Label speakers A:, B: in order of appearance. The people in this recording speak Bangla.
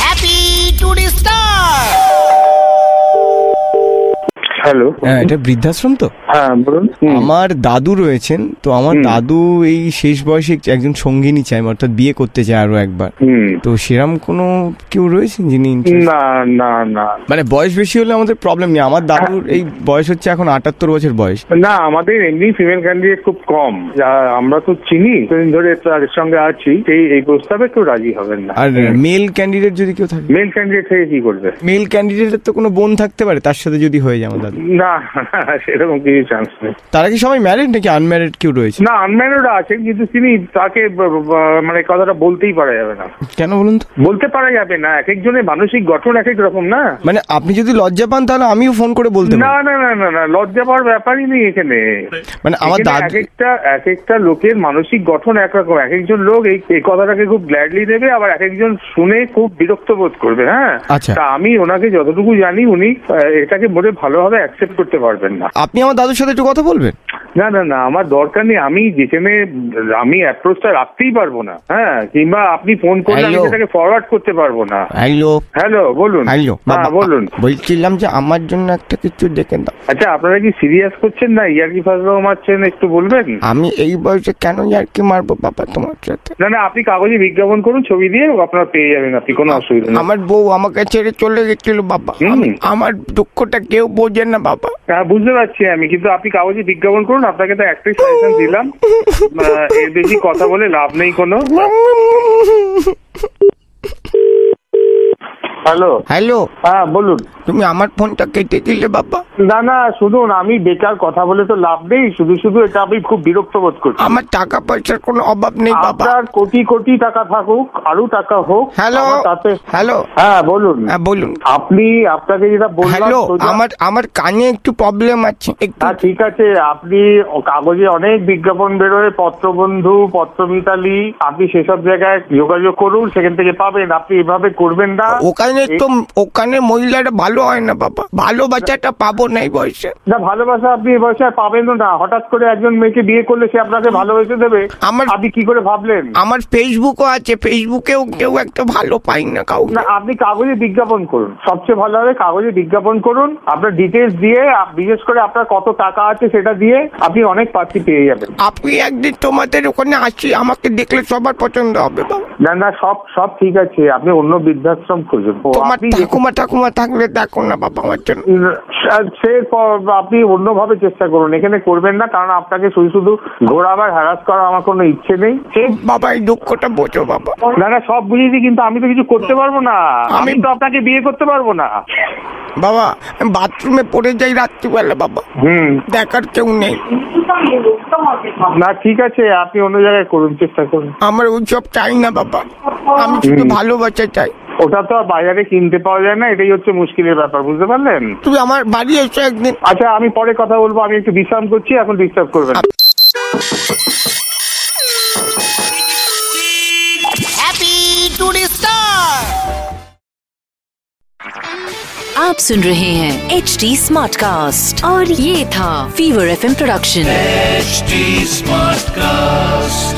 A: Happy to the star!
B: Hello
C: হ্যাঁ এটা বৃদ্ধাশ্রম তো
B: হ্যাঁ বলুন হুম,
C: আমার দাদু রয়েছেন তো আমার দাদু এই শেষ বয়সে এক- একজন সঙ্গিনী চাই অর্থাৎ বিয়ে করতে চায় আরো একবার
B: হুম।
C: তো সেরাম কোনো কেউ রয়েছেন যিনি interest-
B: না না না
C: মানে বয়স বেশি হলে আমাদের প্রবলেম নেই আমার দাদুর এই বয়স হচ্ছে এখন আটাত্তর বছর বয়স
B: না আমাদের এমনি ফিমেল ক্যান্ডিডেট খুব কম যা- আমরা তো চিনি এতদিন ধরে তার সঙ্গে আছি সেই এই প্রস্তাবে কেউ রাজি হবেন না
C: আর মেল ক্যান্ডিডেট যদি কেউ থাকে
B: মেল ক্যান্ডিডেট থেকে কি করবে
C: মেল ক্যান্ডিডেটের তো কোনো বোন থাকতে পারে তার সাথে যদি হয়ে যায় আমার দাদু
B: না সেরকম কিছু চান্স নেই
C: তারা কি সবাই ম্যারিড নাকি আনম্যারিড কেউ রয়েছে
B: না আনম্যারিড আছে কিন্তু তিনি তাকে ব- ব- মানে কথাটা বলতেই পারা যাবে না
C: কেন বলুন তো
B: বলতে পারা যাবে না এক একজনের মানসিক গঠন এক এক রকম না
C: মানে আপনি যদি লজ্জা পান তাহলে আমিও ফোন করে বলতে
B: না
C: পারি
B: না না না না লজ্জা পাওয়ার ব্যাপারই নেই এখানে
C: মানে আমার
B: এখানে এক
C: দাদু
B: একটা এক একটা লোকের মানসিক গঠন একরকম এক একজন লোক এই এই কথাটাকে খুব গ্ল্যাডলি দেবে আবার এক একজন শুনে খুব বিরক্ত বোধ করবে হ্যাঁ
C: আচ্ছা।
B: তা আমি ওনাকে যতটুকু জানি উনি আহ, এটাকে মোটে ভালোভাবে অ্যাকসেপ্ট করতে পারবেন না
C: আপনি আমার দাদুর সাথে একটু কথা বলবেন
B: না না না আমার দরকার নেই আমি যেখানে আমি অ্যাপ্রোচটা রাখতেই পারবো না হ্যাঁ কিংবা আপনি ফোন করলে আমি
C: Hello.
B: সেটাকে ফরওয়ার্ড করতে পারবো না
C: হ্যালো
B: হ্যালো বলুন
C: হ্যালো
B: হ্যাঁ বলুন
C: বলছিলাম যে আমার জন্য একটা কিছু দেখে দাও
B: আচ্ছা আপনারা কি সিরিয়াস করছেন না ইয়ার্কি ফাজলাও মারছেন একটু বলবেন
C: আমি এই বয়সে কেন আর কি মারবো বাবা তোমার সাথে
B: না না আপনি কাগজে বিজ্ঞাপন করুন ছবি দিয়ে আপনারা পেয়ে যাবেন আপনি কোনো অসুবিধা নেই
C: আমার বউ আমাকে ছেড়ে চলে গেছিল বাবা
B: হুম।
C: আমি- আমার দুঃখটা কেউ বোঝে না বাবা
B: হ্যাঁ বুঝতে পারছি আমি কিন্তু আপনি কাগজে বিজ্ঞাপন করুন আপনাকে তো একটাই সাজেশন দিলাম আহ, এর বেশি কথা বলে লাভ নেই কোনো হ্যালো
C: হ্যালো
B: হ্যাঁ বলুন
C: তুমি আমার ফোনটা কেটে দিলে বাবা
B: না না শুনুন আমি বেকার কথা বলে তো লাভ নেই শুধু শুধু এটা আমি খুব বিরক্ত বোধ করছি
C: আমার টাকা পয়সার কোনো অভাব নেই বাবা
B: আপনার কোটি কোটি টাকা থাকুক আরো টাকা হোক
C: হ্যালো
B: আমার তাতে
C: হ্যালো
B: হ্যাঁ বলুন
C: হ্যাঁ বলুন
B: আপনি আপনাকে যেটা বললাম
C: হ্যালো
B: সোজা-
C: আমার আমার কানে একটু প্রবলেম আছে একটু
B: হ্যাঁ ঠিক আছে আপনি ও- কাগজে অনেক বিজ্ঞাপন বেরোয় পত্রবন্ধু পত্রমিতালি আপনি সেসব জায়গায় যোগাযোগ করুন সেখান থেকে পাবেন আপনি এভাবে করবেন না
C: ওখানে তো ওখানে মহিলাটা ভালো হয় না বাবা ভালো বাচ্চাটা পাবো না এই বয়সে
B: না ভালোবাসা আপনি এ বয়সে আর পাবেনও না হঠাৎ করে একজন মেয়েকে বিয়ে করলে সে আপনাকে ভালোবেসে দেবে
C: আমার-
B: আপনি কি করে ভাবলেন
C: আমার ফেসবুকও আছে ফেসবুকেও কেউ একটা ভালো পাই না কাউকে
B: না আপনি কাগজে বিজ্ঞাপন করুন সবচেয়ে ভালো হবে কাগজে বিজ্ঞাপন করুন আপনার ডিটেলস দিয়ে আপ- বিশেষ করে আপনার কত টাকা আছে সেটা দিয়ে আপনি অনেক প্রার্থী পেয়ে যাবেন
C: আপনি একদিন তোমাদের ওখানে আসি আমাকে দেখলে সবার পছন্দ হবে বাবা
B: না না সব সব ঠিক আছে আপনি অন্য বৃদ্ধাশ্রম খুঁজুন ও,
C: তোমার
B: আপনি-
C: ঠাকুমা ঠাকুমা থাকলে দেখো না বাবা আমার জন্য
B: সে- সে প- আপনি অন্যভাবে চেষ্টা করুন এখানে করবেন না কারণ আপনাকে শুধু শুধু ঘোরাবার হ্যারাস করার আমার কোনো ইচ্ছে নেই সে-
C: বাবা এই দুঃখটা বোঝো বাবা
B: না না সব বুঝেছি কিন্তু আমি তো কিছু করতে পারবো না আমি
C: আমি-
B: তো আপনাকে বিয়ে করতে পারবো না
C: বাবা আমি বাথরুমে পড়ে যাই রাত্রিবেলা বাবা
B: হুম
C: দেখার কেউ নেই
B: না ঠিক আছে আপনি অন্য জায়গায় করুন চেষ্টা করুন
C: আমার সব চাই না বাবা আমি শুধু
B: হুম।
C: ভালোবাসা চাই
B: ওটা তো আর বাজারে কিনতে পাওয়া যায় না এটাই হচ্ছে মুশকিলের ব্যাপার বুঝতে পারলেন
C: তুই আমার বাড়ি এসো একদিন
B: আচ্ছা আমি পরে কথা বলবো আমি একটু বিশ্রাম করছি এখন ডিস্টার্ব করবেন না।
A: Happy to the star!
D: आप सुन रहे हैं एच डी स्मार्ट कास्ट और ये था Fever F production
E: HD Smartcast.